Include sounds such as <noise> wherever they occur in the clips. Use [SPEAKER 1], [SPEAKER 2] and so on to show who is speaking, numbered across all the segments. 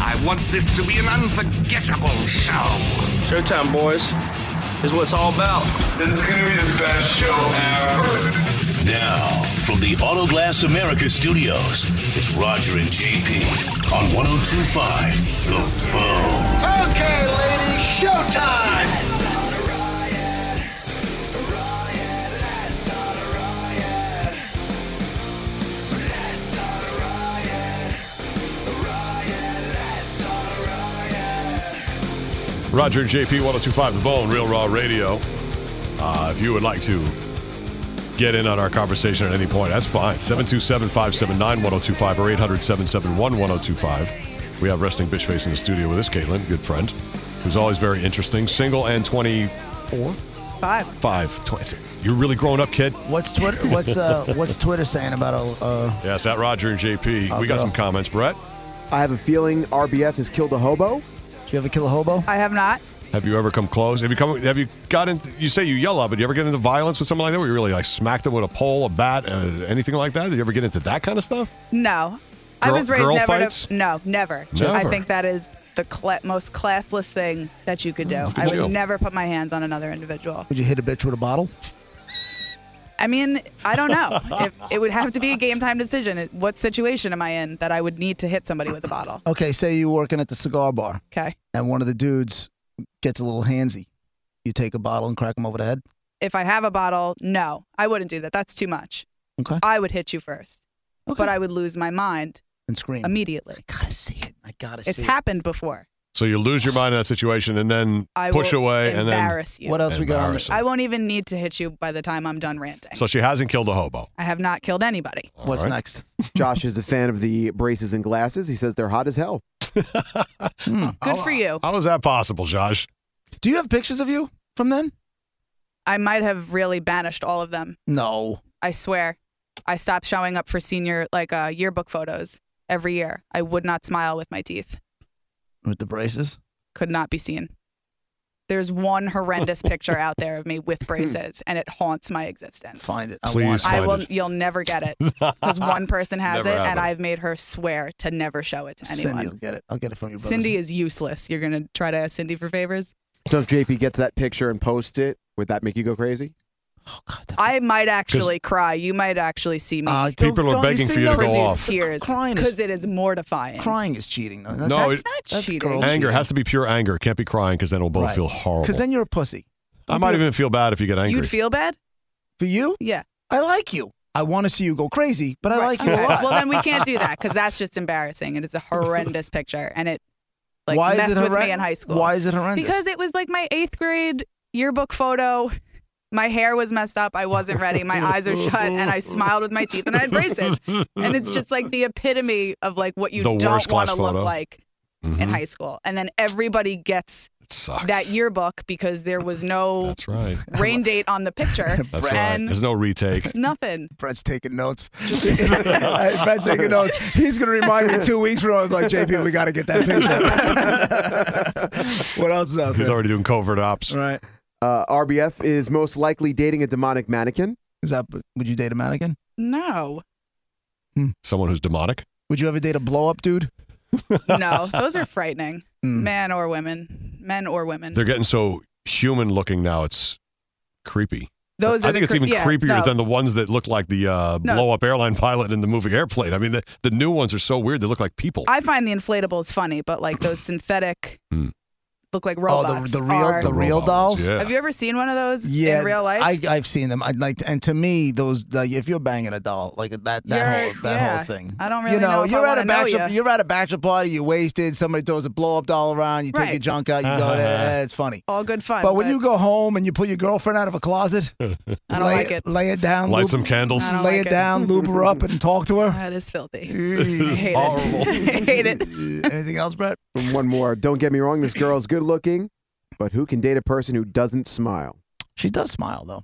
[SPEAKER 1] I want this to be an unforgettable show.
[SPEAKER 2] Showtime, boys. This is what it's all about.
[SPEAKER 3] This is going to be the best show ever.
[SPEAKER 4] Now, from the Autoglass America studios, it's Roger and JP on 1025 The Bone.
[SPEAKER 5] Okay, ladies, showtime!
[SPEAKER 6] Roger and JP 1025 The Bone, Real Raw Radio. Uh, if you would like to get in on our conversation at any point, that's fine. 727 579 1025 or 800 771 1025. We have Wrestling Bitchface in the studio with us, Caitlin, good friend, who's always very interesting. Single and 24?
[SPEAKER 7] Five.
[SPEAKER 6] Five. 20. You're really growing up, kid.
[SPEAKER 5] What's Twitter? What's uh? what's Twitter saying about a? Uh,
[SPEAKER 6] yes, at Roger and JP.
[SPEAKER 5] I'll
[SPEAKER 6] we got
[SPEAKER 5] go.
[SPEAKER 6] some comments, Brett.
[SPEAKER 8] I have a feeling RBF has killed a hobo.
[SPEAKER 5] did you ever kill a hobo?
[SPEAKER 7] I have not.
[SPEAKER 6] Have you ever come close? Have you come? Have you gotten? You say you yell out, but do you ever get into violence with someone like that? Where you really like smacked them with a pole, a bat, uh, anything like that? Did you ever get into that kind of stuff?
[SPEAKER 7] No. I
[SPEAKER 6] Girl-
[SPEAKER 7] was raised
[SPEAKER 6] girl
[SPEAKER 7] never
[SPEAKER 6] fights?
[SPEAKER 7] to. No, never.
[SPEAKER 6] Never.
[SPEAKER 7] I think that is the cla most classless thing that you could do.
[SPEAKER 6] look
[SPEAKER 7] I
[SPEAKER 6] at
[SPEAKER 7] would
[SPEAKER 6] you.
[SPEAKER 7] never put my hands on another individual.
[SPEAKER 5] Would you hit a bitch with a bottle?
[SPEAKER 7] I mean, I
[SPEAKER 6] <laughs>
[SPEAKER 7] don't know. if, it would have to be a game time decision. It- What situation am I in that I would need to hit somebody with a bottle?
[SPEAKER 5] Okay, say you're working at the cigar bar
[SPEAKER 7] Okay.
[SPEAKER 5] and one of the dudes gets a little handsy. You take a bottle and crack him over the head.
[SPEAKER 7] If I have a bottle, no, I wouldn't do that. That's too much.
[SPEAKER 5] Okay.
[SPEAKER 7] I would hit you first,
[SPEAKER 5] Okay.
[SPEAKER 7] but I would lose my mind
[SPEAKER 5] and scream.
[SPEAKER 7] immediately.
[SPEAKER 5] gotta see it. I gotta
[SPEAKER 7] It's
[SPEAKER 5] see
[SPEAKER 7] happened before.
[SPEAKER 6] So you lose your mind in that situation and then
[SPEAKER 7] I
[SPEAKER 6] push
[SPEAKER 7] will
[SPEAKER 6] away and then.
[SPEAKER 7] embarrass
[SPEAKER 5] it.
[SPEAKER 7] you.
[SPEAKER 5] What else we got? On the,
[SPEAKER 6] Embarrassing.
[SPEAKER 7] I won't even need to hit you by the time I'm done ranting.
[SPEAKER 6] So she hasn't killed a hobo.
[SPEAKER 7] I have not killed anybody.
[SPEAKER 6] All
[SPEAKER 5] what's
[SPEAKER 6] right.
[SPEAKER 5] next?
[SPEAKER 8] Josh is a fan of the braces and glasses. He says they're hot as hell.
[SPEAKER 7] Good
[SPEAKER 6] How-
[SPEAKER 7] for you.
[SPEAKER 6] How is that possible, Josh?
[SPEAKER 5] Do you have pictures of you from then?
[SPEAKER 7] I might have really banished all of them.
[SPEAKER 5] No.
[SPEAKER 7] I swear. I stopped showing up for senior like uh, yearbook photos every year. I would not smile with my teeth.
[SPEAKER 5] With the braces?
[SPEAKER 7] Could not be seen. There's one horrendous picture out there of me with braces, and it haunts my existence.
[SPEAKER 5] Find it. I
[SPEAKER 6] Please
[SPEAKER 5] want it.
[SPEAKER 7] I
[SPEAKER 6] Find
[SPEAKER 7] will.
[SPEAKER 6] it.
[SPEAKER 7] You'll never get it because one person has
[SPEAKER 6] Never
[SPEAKER 7] it,
[SPEAKER 6] have
[SPEAKER 7] and
[SPEAKER 6] it.
[SPEAKER 7] I've made her swear to never show it to
[SPEAKER 5] Cindy will
[SPEAKER 7] anyone.
[SPEAKER 5] get it. I'll get it from your brother.
[SPEAKER 7] Cindy is useless. You're gonna try to ask Cindy for favors.
[SPEAKER 8] So if JP gets that picture and posts it, would that make you go crazy?
[SPEAKER 5] Oh, God. that-
[SPEAKER 7] I might actually cry. You might actually see me
[SPEAKER 5] Ah,
[SPEAKER 6] People
[SPEAKER 5] don't-
[SPEAKER 6] are
[SPEAKER 5] don't
[SPEAKER 6] begging
[SPEAKER 5] see
[SPEAKER 6] for you to
[SPEAKER 5] no-
[SPEAKER 6] go
[SPEAKER 7] produce
[SPEAKER 6] off.
[SPEAKER 7] tears
[SPEAKER 5] Crying
[SPEAKER 7] because
[SPEAKER 5] is,
[SPEAKER 7] it is mortifying.
[SPEAKER 5] crying is cheating. Though. That-
[SPEAKER 6] No,
[SPEAKER 7] That's
[SPEAKER 6] it-
[SPEAKER 7] not
[SPEAKER 5] that's
[SPEAKER 7] cheating.
[SPEAKER 5] girl-
[SPEAKER 6] anger has to be pure anger. It can't be crying because then it'll both
[SPEAKER 5] Right.
[SPEAKER 6] feel horrible.
[SPEAKER 5] Because then you're a pussy.
[SPEAKER 6] I might even feel bad if you get angry.
[SPEAKER 7] You'd feel bad?
[SPEAKER 5] For you,
[SPEAKER 7] Yeah.
[SPEAKER 5] I like you. I want to see you go crazy, but I
[SPEAKER 7] Right.
[SPEAKER 5] like you a
[SPEAKER 7] Okay.
[SPEAKER 5] lot.
[SPEAKER 7] Well, then we can't do that because that's just embarrassing. It is a horrendous picture, and it like
[SPEAKER 5] Why is
[SPEAKER 7] messed
[SPEAKER 5] it
[SPEAKER 7] with
[SPEAKER 5] horrend-
[SPEAKER 7] me in high school.
[SPEAKER 5] Why is it horrendous?
[SPEAKER 7] Because it was like my eighth grade yearbook photo. My hair was messed up. I wasn't ready. My eyes are shut, and I smiled with my teeth, and I had braces.
[SPEAKER 6] <laughs>
[SPEAKER 7] And it's just like the epitome of like what you
[SPEAKER 6] The
[SPEAKER 7] don't
[SPEAKER 6] worst
[SPEAKER 7] want
[SPEAKER 6] class
[SPEAKER 7] to look
[SPEAKER 6] photo.
[SPEAKER 7] like
[SPEAKER 6] Mhm.
[SPEAKER 5] Mm-hmm.
[SPEAKER 7] in high school. And then everybody gets
[SPEAKER 6] It sucks.
[SPEAKER 7] that yearbook because there was no
[SPEAKER 6] That's right.
[SPEAKER 7] <laughs> rain date on the picture.
[SPEAKER 6] <laughs> That's right.
[SPEAKER 7] and
[SPEAKER 6] There's no retake.
[SPEAKER 7] Nothing.
[SPEAKER 5] Brett's taking
[SPEAKER 7] <laughs>
[SPEAKER 5] notes. <laughs> Brett's taking notes. He's going to remind me two weeks from now, like, JP, we got to get that picture. <laughs> what else is out
[SPEAKER 6] He's
[SPEAKER 5] there?
[SPEAKER 6] already doing covert ops.
[SPEAKER 5] All right.
[SPEAKER 8] Uh, RBF is most likely dating a demonic mannequin.
[SPEAKER 5] Is that, would you date a mannequin?
[SPEAKER 6] <laughs>
[SPEAKER 7] No.
[SPEAKER 6] Someone who's demonic.
[SPEAKER 5] Would you ever date a blow up dude?
[SPEAKER 7] No. Those are frightening.
[SPEAKER 5] Mm.
[SPEAKER 7] Men or women. Men or women.
[SPEAKER 6] They're getting so human looking now. It's creepy.
[SPEAKER 7] Those are
[SPEAKER 6] I think
[SPEAKER 7] the
[SPEAKER 6] it's
[SPEAKER 7] cre-
[SPEAKER 6] even
[SPEAKER 7] yeah,
[SPEAKER 6] creepier
[SPEAKER 7] no.
[SPEAKER 6] than the ones that look like the uh,
[SPEAKER 7] No.
[SPEAKER 6] blow up airline <laughs> pilot in the movie Airplane. I mean, the, the new ones are so weird. They look like people.
[SPEAKER 7] I find the inflatables funny, but like those synthetic
[SPEAKER 6] Hmm.
[SPEAKER 7] look like
[SPEAKER 5] Oh, the-
[SPEAKER 7] robots.
[SPEAKER 5] the real-
[SPEAKER 7] are-
[SPEAKER 5] the real
[SPEAKER 6] robot ones,
[SPEAKER 5] dolls?
[SPEAKER 6] Yeah.
[SPEAKER 7] Have you ever seen one of those
[SPEAKER 5] Yeah,
[SPEAKER 7] in real life?
[SPEAKER 5] I, I've seen them. I'd like, to, and to me, those like, if you're banging a doll, like that, that
[SPEAKER 7] You're-
[SPEAKER 5] whole that
[SPEAKER 7] yeah.
[SPEAKER 5] whole thing.
[SPEAKER 7] I don't really
[SPEAKER 5] you know.
[SPEAKER 7] know if I
[SPEAKER 5] you're at
[SPEAKER 7] wanna
[SPEAKER 5] a
[SPEAKER 7] know
[SPEAKER 5] bachelor,
[SPEAKER 7] ya.
[SPEAKER 5] are at a bachelor party. You're wasted. Somebody throws a blow up doll around. You take
[SPEAKER 7] Right.
[SPEAKER 5] your junk out. You
[SPEAKER 6] <laughs>
[SPEAKER 5] go, eh, it's funny.
[SPEAKER 7] All good fun.
[SPEAKER 5] But when you go home and you pull your girlfriend out of a
[SPEAKER 6] <laughs>
[SPEAKER 5] closet,
[SPEAKER 7] I don't
[SPEAKER 5] lay,
[SPEAKER 7] like it.
[SPEAKER 5] Lay it down.
[SPEAKER 6] Light
[SPEAKER 5] lube-
[SPEAKER 6] some candles.
[SPEAKER 7] I don't
[SPEAKER 5] Lay
[SPEAKER 7] like
[SPEAKER 5] it
[SPEAKER 7] it.
[SPEAKER 5] down. Loop her up and talk to <laughs>
[SPEAKER 7] <laughs>
[SPEAKER 5] her.
[SPEAKER 7] That is filthy. I
[SPEAKER 5] Eh,
[SPEAKER 7] hate
[SPEAKER 6] horrible.
[SPEAKER 7] it. <laughs> I hate it.
[SPEAKER 5] <laughs> Anything else, Brett?
[SPEAKER 8] And One more. Don't get me wrong, this girl's good looking, but who can date a person who doesn't smile?
[SPEAKER 5] She does smile though.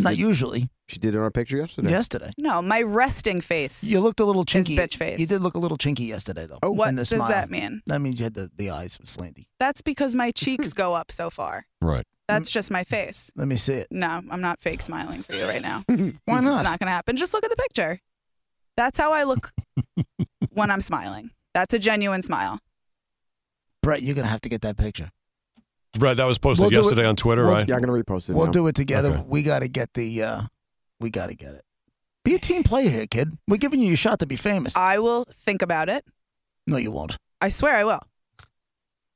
[SPEAKER 5] Not usually.
[SPEAKER 8] She did in our picture yesterday.
[SPEAKER 5] Yesterday,
[SPEAKER 7] No, my resting face.
[SPEAKER 5] you looked a little
[SPEAKER 7] His
[SPEAKER 5] chinky.
[SPEAKER 7] bitch face.
[SPEAKER 5] You did look a little chinky yesterday though.
[SPEAKER 8] Oh.
[SPEAKER 7] what
[SPEAKER 5] and the
[SPEAKER 7] does
[SPEAKER 5] smile.
[SPEAKER 7] that mean?
[SPEAKER 5] That means you had the, the eyes slanty.
[SPEAKER 7] That's
[SPEAKER 5] <laughs>
[SPEAKER 7] because my cheeks go up so far.
[SPEAKER 6] right.
[SPEAKER 5] Mm.
[SPEAKER 7] That's just my face.
[SPEAKER 5] Let me see it.
[SPEAKER 7] No, I'm not fake smiling for you right now.
[SPEAKER 5] Why
[SPEAKER 7] It's not going to happen. Just look at the picture.
[SPEAKER 6] <laughs>
[SPEAKER 7] That's how I look when I'm smiling. That's a genuine smile.
[SPEAKER 5] Brett, you're gonna have to get that picture.
[SPEAKER 6] Brett, that was posted
[SPEAKER 9] We'll do it-
[SPEAKER 6] yesterday on Twitter,
[SPEAKER 9] we'll-
[SPEAKER 6] right?
[SPEAKER 10] Yeah, I'm gonna repost it.
[SPEAKER 5] We'll
[SPEAKER 10] now.
[SPEAKER 5] do it together.
[SPEAKER 6] Okay.
[SPEAKER 5] We gotta get the. uh We gotta get it. Be a team player here, kid. We're giving you your shot to be famous.
[SPEAKER 7] I will think about it.
[SPEAKER 5] no, you won't.
[SPEAKER 7] I swear I will.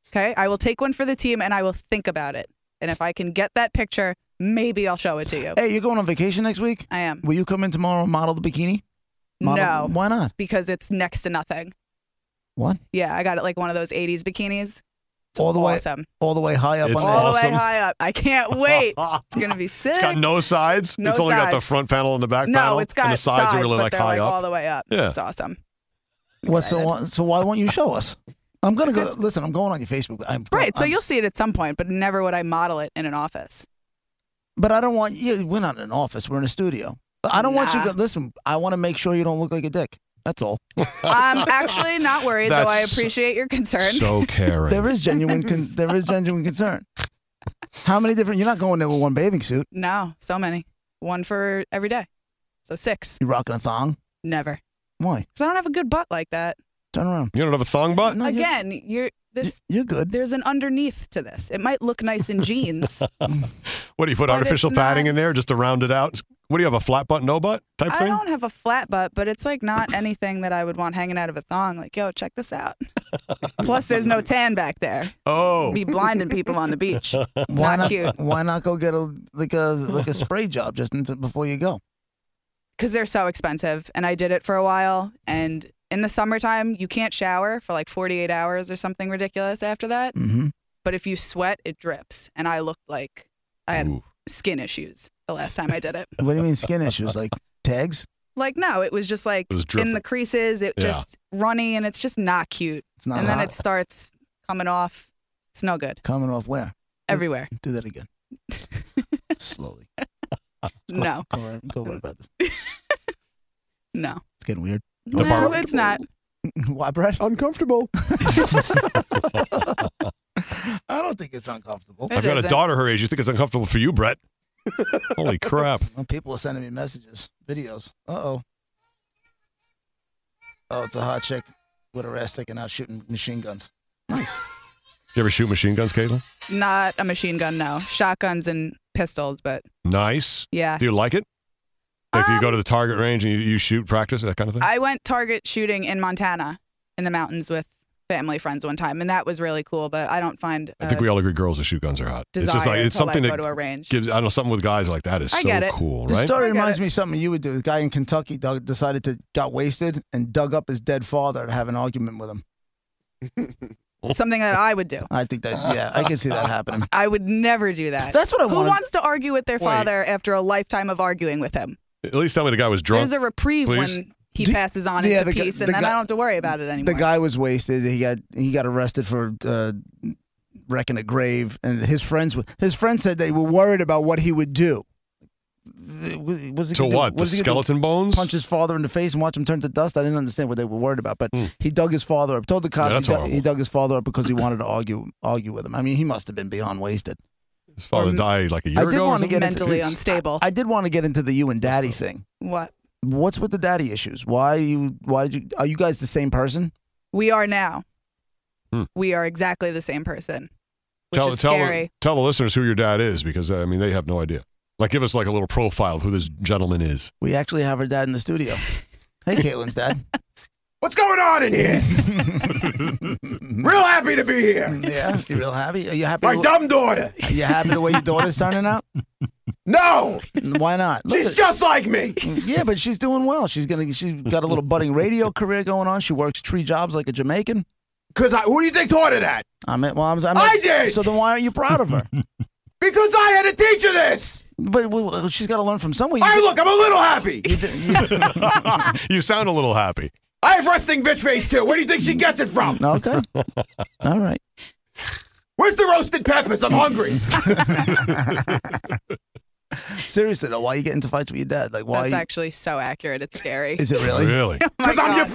[SPEAKER 7] Okay, I will take one for the team and I will think about it. And if I can get that picture, maybe I'll show it to you.
[SPEAKER 5] Hey, you're going on vacation next week.
[SPEAKER 7] I am.
[SPEAKER 5] Will you come in tomorrow and model the bikini? Model-
[SPEAKER 7] No.
[SPEAKER 5] Why not?
[SPEAKER 7] Because it's next to nothing.
[SPEAKER 5] What?
[SPEAKER 7] Yeah, I got it like one of those 80s bikinis. It's
[SPEAKER 5] All the way-
[SPEAKER 7] awesome.
[SPEAKER 5] All the way high up
[SPEAKER 6] It's
[SPEAKER 5] on
[SPEAKER 7] All
[SPEAKER 5] the
[SPEAKER 7] the
[SPEAKER 6] awesome.
[SPEAKER 7] way high up. I can't wait. It's going to be sick.
[SPEAKER 6] <laughs> It's got no sides.
[SPEAKER 7] No
[SPEAKER 6] it's only got the
[SPEAKER 7] sides.
[SPEAKER 6] front panel and the back panel.
[SPEAKER 7] no, it's got
[SPEAKER 6] and the sides, are really
[SPEAKER 7] but
[SPEAKER 6] like
[SPEAKER 7] they're
[SPEAKER 6] high
[SPEAKER 7] like
[SPEAKER 6] up.
[SPEAKER 7] all the way up.
[SPEAKER 6] Yeah.
[SPEAKER 7] It's awesome. I'm
[SPEAKER 5] What's so?
[SPEAKER 7] excited.
[SPEAKER 5] why- So why won't you show us? I'm gonna go. Listen, I'm going on your Facebook. I'm go-
[SPEAKER 7] Right, so
[SPEAKER 5] I'm
[SPEAKER 7] you'll
[SPEAKER 5] s-
[SPEAKER 7] see it at some point, but never would I model it in an office.
[SPEAKER 5] But I don't want you. We're not in an office. We're in a studio. But I don't want you.
[SPEAKER 7] Nah.
[SPEAKER 5] to Listen, I want to make sure you don't look like a dick. That's all.
[SPEAKER 6] <laughs>
[SPEAKER 7] I'm actually not worried, though I
[SPEAKER 6] That's
[SPEAKER 7] appreciate your concern.
[SPEAKER 6] So caring.
[SPEAKER 5] <laughs> There is genuine. Con- there is genuine concern. How many different? You're not going there with one bathing suit.
[SPEAKER 7] no, so many. One for every day. So six.
[SPEAKER 5] You're rocking a thong.
[SPEAKER 7] Never.
[SPEAKER 5] Why?
[SPEAKER 7] Because I don't have a good butt like that.
[SPEAKER 5] Turn around.
[SPEAKER 6] you don't have a thong butt?
[SPEAKER 5] No, you're-
[SPEAKER 7] Again, you're
[SPEAKER 5] you're,
[SPEAKER 7] this.
[SPEAKER 5] you're good.
[SPEAKER 7] There's an underneath to this. It might look nice
[SPEAKER 6] <laughs>
[SPEAKER 7] in jeans.
[SPEAKER 6] What do you put
[SPEAKER 7] But
[SPEAKER 6] artificial
[SPEAKER 7] it's not-
[SPEAKER 6] padding in there just to round it out? What do you have a flat butt, no butt type
[SPEAKER 7] I
[SPEAKER 6] thing?
[SPEAKER 7] don't have a flat butt, but it's
[SPEAKER 6] <coughs>
[SPEAKER 7] like not anything that I would want hanging out of a thong. Like, yo, check
[SPEAKER 6] <laughs>
[SPEAKER 7] this out. Plus, there's no tan back there.
[SPEAKER 6] Oh,
[SPEAKER 7] Be blinding people on
[SPEAKER 6] <laughs>
[SPEAKER 7] the beach.
[SPEAKER 5] Why
[SPEAKER 7] Not cute.
[SPEAKER 5] Why not go get a like a like a spray job just into, before you go?
[SPEAKER 7] because they're so expensive. And I did it for a while. And in the summertime, you can't shower for like 48 hours or something ridiculous after that.
[SPEAKER 5] Mm-hmm.
[SPEAKER 7] But if you sweat, it drips. And I looked like I had skin issues the last time I did it.
[SPEAKER 5] What do you mean skin issues? Like tags?
[SPEAKER 7] Like, no, it was just like
[SPEAKER 6] It was
[SPEAKER 7] in
[SPEAKER 6] dripping.
[SPEAKER 7] the creases, it
[SPEAKER 6] Yeah.
[SPEAKER 7] just runny and it's just not cute.
[SPEAKER 5] It's not
[SPEAKER 7] and then
[SPEAKER 5] hot.
[SPEAKER 7] it starts coming off. It's no good
[SPEAKER 5] coming off where?
[SPEAKER 7] everywhere.
[SPEAKER 6] <laughs>
[SPEAKER 5] Do that again. Slowly.
[SPEAKER 7] No,
[SPEAKER 5] Go right, go right about this.
[SPEAKER 7] no.
[SPEAKER 5] It's getting weird.
[SPEAKER 7] No,
[SPEAKER 6] bar-
[SPEAKER 7] it's not.
[SPEAKER 5] Why, Brett?
[SPEAKER 10] Uncomfortable.
[SPEAKER 5] <laughs> I don't think it's uncomfortable.
[SPEAKER 7] It
[SPEAKER 6] I've got a
[SPEAKER 7] isn't.
[SPEAKER 6] daughter her age. You think it's uncomfortable for you, Brett? <laughs> Holy crap.
[SPEAKER 5] Well, people are sending me messages, videos. Uh oh. Oh, it's a hot chick with her ass sticking out shooting machine guns. Nice.
[SPEAKER 6] You ever shoot machine guns, Caitlin?
[SPEAKER 7] Not a machine gun, no. Shotguns and pistols, but
[SPEAKER 6] Nice.
[SPEAKER 7] yeah.
[SPEAKER 6] Do you like it? Like, do you go
[SPEAKER 7] Um,
[SPEAKER 6] to the target range and you, you shoot practice, that kind of thing?
[SPEAKER 7] I went target shooting in Montana in the mountains with family friends one time, and that was really cool. But I don't find
[SPEAKER 6] I think
[SPEAKER 7] a
[SPEAKER 6] we all agree girls with shoot guns are hot.
[SPEAKER 7] uh, desire
[SPEAKER 6] it's just like, it's
[SPEAKER 7] to
[SPEAKER 6] something
[SPEAKER 7] like,
[SPEAKER 6] that
[SPEAKER 7] go to a range.
[SPEAKER 6] gives, I don't know, something with guys are like that is
[SPEAKER 7] I
[SPEAKER 6] so
[SPEAKER 7] get it.
[SPEAKER 6] cool,
[SPEAKER 5] This
[SPEAKER 6] right?
[SPEAKER 5] story
[SPEAKER 7] I get
[SPEAKER 5] reminds
[SPEAKER 7] it.
[SPEAKER 5] me of something you would do. The guy in Kentucky dug, decided to got wasted and dug up his dead father to have an argument with him.
[SPEAKER 7] Something that I would do.
[SPEAKER 5] I think
[SPEAKER 7] <laughs>
[SPEAKER 5] that yeah, I can see that happening.
[SPEAKER 7] I would never do that.
[SPEAKER 5] That's what I
[SPEAKER 7] Who
[SPEAKER 5] wanted.
[SPEAKER 7] wants to argue with their father after a lifetime of arguing with him?
[SPEAKER 6] At least tell me the guy was drunk.
[SPEAKER 7] There's a reprieve
[SPEAKER 6] please.
[SPEAKER 7] when he
[SPEAKER 5] Do-
[SPEAKER 7] passes on
[SPEAKER 5] yeah,
[SPEAKER 7] into
[SPEAKER 5] the gu-
[SPEAKER 7] peace,
[SPEAKER 5] the
[SPEAKER 7] and then
[SPEAKER 5] guy-
[SPEAKER 7] I don't have to worry about it anymore.
[SPEAKER 5] The guy was wasted. He got he got arrested for uh, wrecking a grave, and his friends were- his friends said they were worried about what he would do. Th- Was was he
[SPEAKER 6] to
[SPEAKER 5] gonna do-
[SPEAKER 6] what? The
[SPEAKER 5] was he gonna do?
[SPEAKER 6] skeleton bones?
[SPEAKER 5] Punch his father in the face and watch him turn to dust. I didn't understand what they were worried about, but he dug his father up. Told the cops
[SPEAKER 6] Hmm. that's
[SPEAKER 5] he, dug,
[SPEAKER 6] horrible.
[SPEAKER 5] he dug his father up because he wanted to argue argue with him. I mean, he must have been beyond wasted.
[SPEAKER 6] His father died like a year
[SPEAKER 5] I did
[SPEAKER 6] ago. or
[SPEAKER 5] wanna
[SPEAKER 6] something?
[SPEAKER 5] get into
[SPEAKER 7] mentally unstable.
[SPEAKER 5] I did want to get into the you and daddy thing.
[SPEAKER 7] what
[SPEAKER 5] What's with the daddy issues? Why you? Why did you? Are you guys the same person?
[SPEAKER 7] we are now,
[SPEAKER 6] Hmm.
[SPEAKER 7] we are exactly the same person, which
[SPEAKER 6] tell,
[SPEAKER 7] is
[SPEAKER 6] tell,
[SPEAKER 7] scary.
[SPEAKER 6] tell the listeners who your dad is because, I mean, they have no idea. Like, give us like a little profile of who this gentleman is. <laughs>
[SPEAKER 5] We actually have her dad in the studio. Hey, Caitlin's dad.
[SPEAKER 8] <laughs> What's going on
[SPEAKER 5] <laughs>
[SPEAKER 8] in here? Real happy to be here.
[SPEAKER 5] yeah, you real happy? Are you happy?
[SPEAKER 8] My
[SPEAKER 5] the-
[SPEAKER 8] dumb daughter.
[SPEAKER 5] are you happy the way your daughter's turning out?
[SPEAKER 8] No,
[SPEAKER 5] Why not? Look <laughs>
[SPEAKER 8] <laughs> she's
[SPEAKER 5] at-
[SPEAKER 8] just like me.
[SPEAKER 5] yeah, but she's doing well. She's gonna. She's got a little budding radio career going on. She works tree jobs like a Jamaican.
[SPEAKER 8] Cause I, who do you think taught her that?
[SPEAKER 5] I mean, well, I'm, I'm
[SPEAKER 8] I did!
[SPEAKER 5] So then, why aren't you proud of her?
[SPEAKER 8] Because I had to teach her this.
[SPEAKER 5] but well, she's got to learn from somewhere. You
[SPEAKER 8] All right,
[SPEAKER 5] did-
[SPEAKER 8] look, I'm a little happy.
[SPEAKER 5] you did- you-
[SPEAKER 6] you sound a little happy.
[SPEAKER 8] I have resting bitch face too. Where do you think she gets it from?
[SPEAKER 5] okay. All right. <laughs> Oh
[SPEAKER 8] Where's the roasted peppers? I'm hungry.
[SPEAKER 5] Seriously though, why you get into fights with your dad? Like why?
[SPEAKER 7] That's actually so accurate. It's scary.
[SPEAKER 5] is it <laughs> really?
[SPEAKER 6] Really?
[SPEAKER 7] Oh my
[SPEAKER 8] Because I'm your
[SPEAKER 7] God.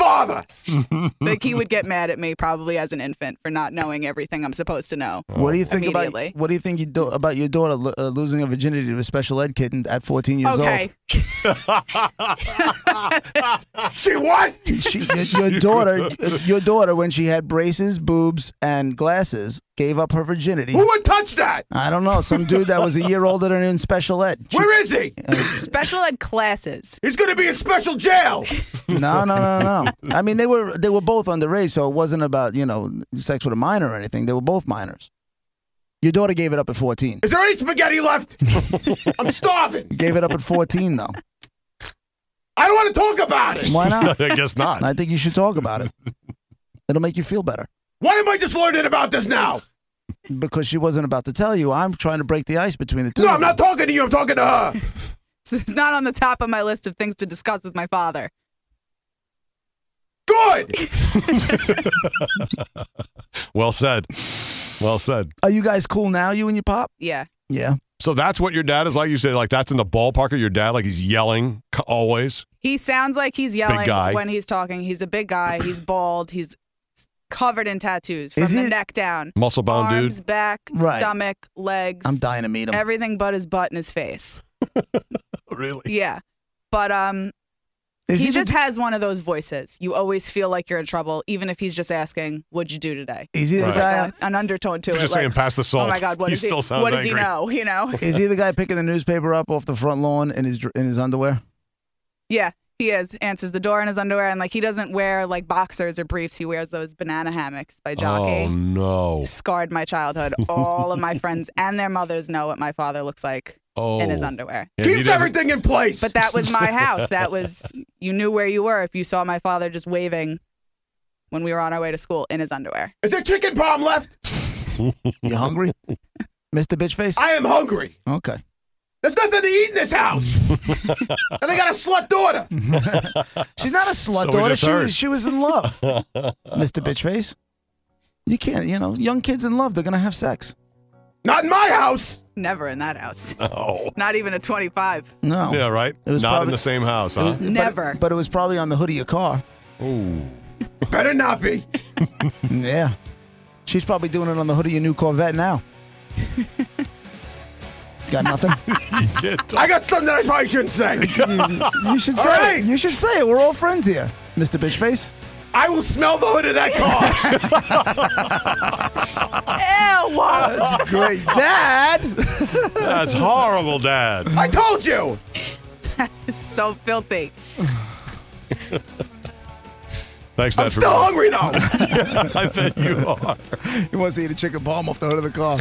[SPEAKER 8] father.
[SPEAKER 7] Like he would get mad at me probably as an infant for not knowing everything I'm supposed to know.
[SPEAKER 5] What do you think about
[SPEAKER 7] Immediately.
[SPEAKER 5] what do you think you do about your daughter lo- uh, losing her virginity to a special ed kid in- at 14 years <laughs>
[SPEAKER 7] okay.
[SPEAKER 8] She what?
[SPEAKER 5] old? She, your, your daughter, uh, your daughter, when she had braces, boobs, and glasses, gave up her virginity.
[SPEAKER 8] Who would touch that?
[SPEAKER 5] I don't know, some dude that was a year older than her in special ed. She-
[SPEAKER 8] Where is he?
[SPEAKER 7] Special ed classes.
[SPEAKER 8] He's going to be in special jail.
[SPEAKER 5] No, no, no, no. I mean, they were they were both underage, so it wasn't about you know sex with a minor or anything. They were both minors. Your daughter gave it up at fourteen.
[SPEAKER 8] Is there any spaghetti
[SPEAKER 5] <laughs>
[SPEAKER 8] left? I'm starving.
[SPEAKER 5] Gave it up at fourteen, though.
[SPEAKER 8] I don't want to talk about it.
[SPEAKER 5] Why not?
[SPEAKER 6] <laughs> I guess
[SPEAKER 5] <laughs>
[SPEAKER 6] not.
[SPEAKER 5] I think you should talk about
[SPEAKER 8] <laughs>
[SPEAKER 5] it. It'll make you feel better
[SPEAKER 8] Why am I just learning about this now?
[SPEAKER 5] because she wasn't about to tell you. I'm trying to break the ice between the two.
[SPEAKER 8] No,
[SPEAKER 5] of
[SPEAKER 8] I'm not
[SPEAKER 5] you.
[SPEAKER 8] talking to you. I'm talking to her.
[SPEAKER 7] It's not on the top of my list of things to discuss with my father.
[SPEAKER 8] Good.
[SPEAKER 6] Well said. Well said.
[SPEAKER 5] Are you guys cool now? You and your pop?
[SPEAKER 7] Yeah.
[SPEAKER 5] Yeah.
[SPEAKER 6] So that's what your dad is like. You say like that's in the ballpark of your dad. Like he's yelling c- always.
[SPEAKER 7] He sounds like he's yelling
[SPEAKER 6] guy.
[SPEAKER 7] when he's talking. He's a big guy. He's bald. He's covered in tattoos from
[SPEAKER 5] Is
[SPEAKER 7] the
[SPEAKER 5] he-
[SPEAKER 7] neck down.
[SPEAKER 6] Muscle bound dude.
[SPEAKER 7] Arms, back,
[SPEAKER 5] Right.
[SPEAKER 7] stomach, legs,
[SPEAKER 5] I'm dying to meet him.
[SPEAKER 7] everything but his butt and
[SPEAKER 5] <laughs>
[SPEAKER 7] his face.
[SPEAKER 6] Really?
[SPEAKER 7] Yeah. But um
[SPEAKER 5] Is
[SPEAKER 7] he,
[SPEAKER 5] he
[SPEAKER 7] just
[SPEAKER 5] the,
[SPEAKER 7] has one of those voices. You always feel like you're in trouble, even if he's just asking, "What'd you do today?"
[SPEAKER 5] is he the
[SPEAKER 6] Right.
[SPEAKER 5] guy?
[SPEAKER 7] Uh, an undertone to
[SPEAKER 6] You're
[SPEAKER 7] it.
[SPEAKER 6] just
[SPEAKER 7] like,
[SPEAKER 6] saying pass the salt.
[SPEAKER 7] oh my God,
[SPEAKER 6] <laughs>
[SPEAKER 7] what
[SPEAKER 6] he
[SPEAKER 7] does
[SPEAKER 6] still
[SPEAKER 7] he?
[SPEAKER 6] sounds
[SPEAKER 7] what does
[SPEAKER 6] angry.
[SPEAKER 7] he know? You know? <laughs>
[SPEAKER 5] Is he the guy picking the newspaper up off the front lawn in his dr- in his underwear?
[SPEAKER 7] Yeah, he is. Answers the door in his underwear, and like he doesn't wear like boxers or briefs. He wears those banana hammocks by
[SPEAKER 6] Oh
[SPEAKER 7] Jockey.
[SPEAKER 6] no!
[SPEAKER 7] Scarred my childhood. All
[SPEAKER 6] <laughs>
[SPEAKER 7] of my friends and their mothers know what my father looks like
[SPEAKER 6] Oh,
[SPEAKER 7] in
[SPEAKER 6] <laughs>
[SPEAKER 7] his underwear.
[SPEAKER 6] Yeah, he
[SPEAKER 8] Keeps
[SPEAKER 6] doesn't-
[SPEAKER 8] everything in place.
[SPEAKER 7] But that was my house. That was you knew where you were if you saw my father just waving when we were on our way to school in his underwear.
[SPEAKER 8] Is there chicken palm left? <laughs>
[SPEAKER 5] You hungry, Mister Bitchface?
[SPEAKER 8] I am hungry.
[SPEAKER 5] Okay.
[SPEAKER 8] There's nothing to eat in
[SPEAKER 5] <laughs>
[SPEAKER 8] this house. and I got a slut daughter.
[SPEAKER 5] She's not a slut
[SPEAKER 6] So we
[SPEAKER 5] daughter.
[SPEAKER 6] just
[SPEAKER 5] She
[SPEAKER 6] heard.
[SPEAKER 5] was, she was in
[SPEAKER 8] <laughs>
[SPEAKER 5] love, Mister Bitchface. You can't, you know, young kids in love. They're gonna have sex.
[SPEAKER 8] Not in my house.
[SPEAKER 7] Never in that house.
[SPEAKER 6] Oh.
[SPEAKER 7] <laughs> Not even at 25.
[SPEAKER 5] No.
[SPEAKER 6] Yeah, right.
[SPEAKER 5] It was
[SPEAKER 6] Not in
[SPEAKER 5] probably-
[SPEAKER 6] the same house,
[SPEAKER 5] It
[SPEAKER 6] huh?
[SPEAKER 5] was-
[SPEAKER 7] Never.
[SPEAKER 5] But, but it was probably on the hood of your <laughs> car.
[SPEAKER 6] Ooh.
[SPEAKER 8] Better not be.
[SPEAKER 5] Yeah. She's probably doing it on the hood of your new Corvette now. Got nothing.
[SPEAKER 8] I got something that I probably shouldn't say.
[SPEAKER 5] <laughs> you should
[SPEAKER 8] All
[SPEAKER 5] say
[SPEAKER 8] right.
[SPEAKER 5] it. You should say it. We're all friends here, Mister Bitchface.
[SPEAKER 8] I will smell the hood of that car.
[SPEAKER 7] Ew!
[SPEAKER 5] That's great, Dad.
[SPEAKER 6] That's horrible, Dad.
[SPEAKER 8] I told you.
[SPEAKER 7] so filthy.
[SPEAKER 6] Thanks, Dad,
[SPEAKER 8] I'm
[SPEAKER 6] for
[SPEAKER 8] still hungry though.
[SPEAKER 6] I bet you are.
[SPEAKER 5] <laughs> He wants to eat a chicken palm off the hood of the car.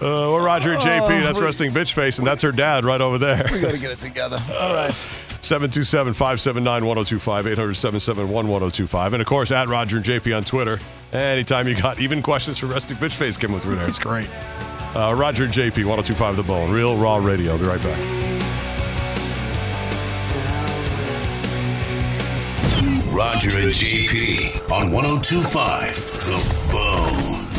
[SPEAKER 6] Uh, we're Roger and JP. That's resting bitch face, and that's her dad right over there.
[SPEAKER 5] We gotta get it together. All right.
[SPEAKER 6] 727 579 1025, 800 771 1025. And of course, at Roger and JP on Twitter. Anytime you got even questions for Rustic Bitchface, come through there. It's great. Uh, Roger and JP, 1025 The Bone, Real Raw Radio. Be right back.
[SPEAKER 4] oh Roger and JP on 1025 The Bone.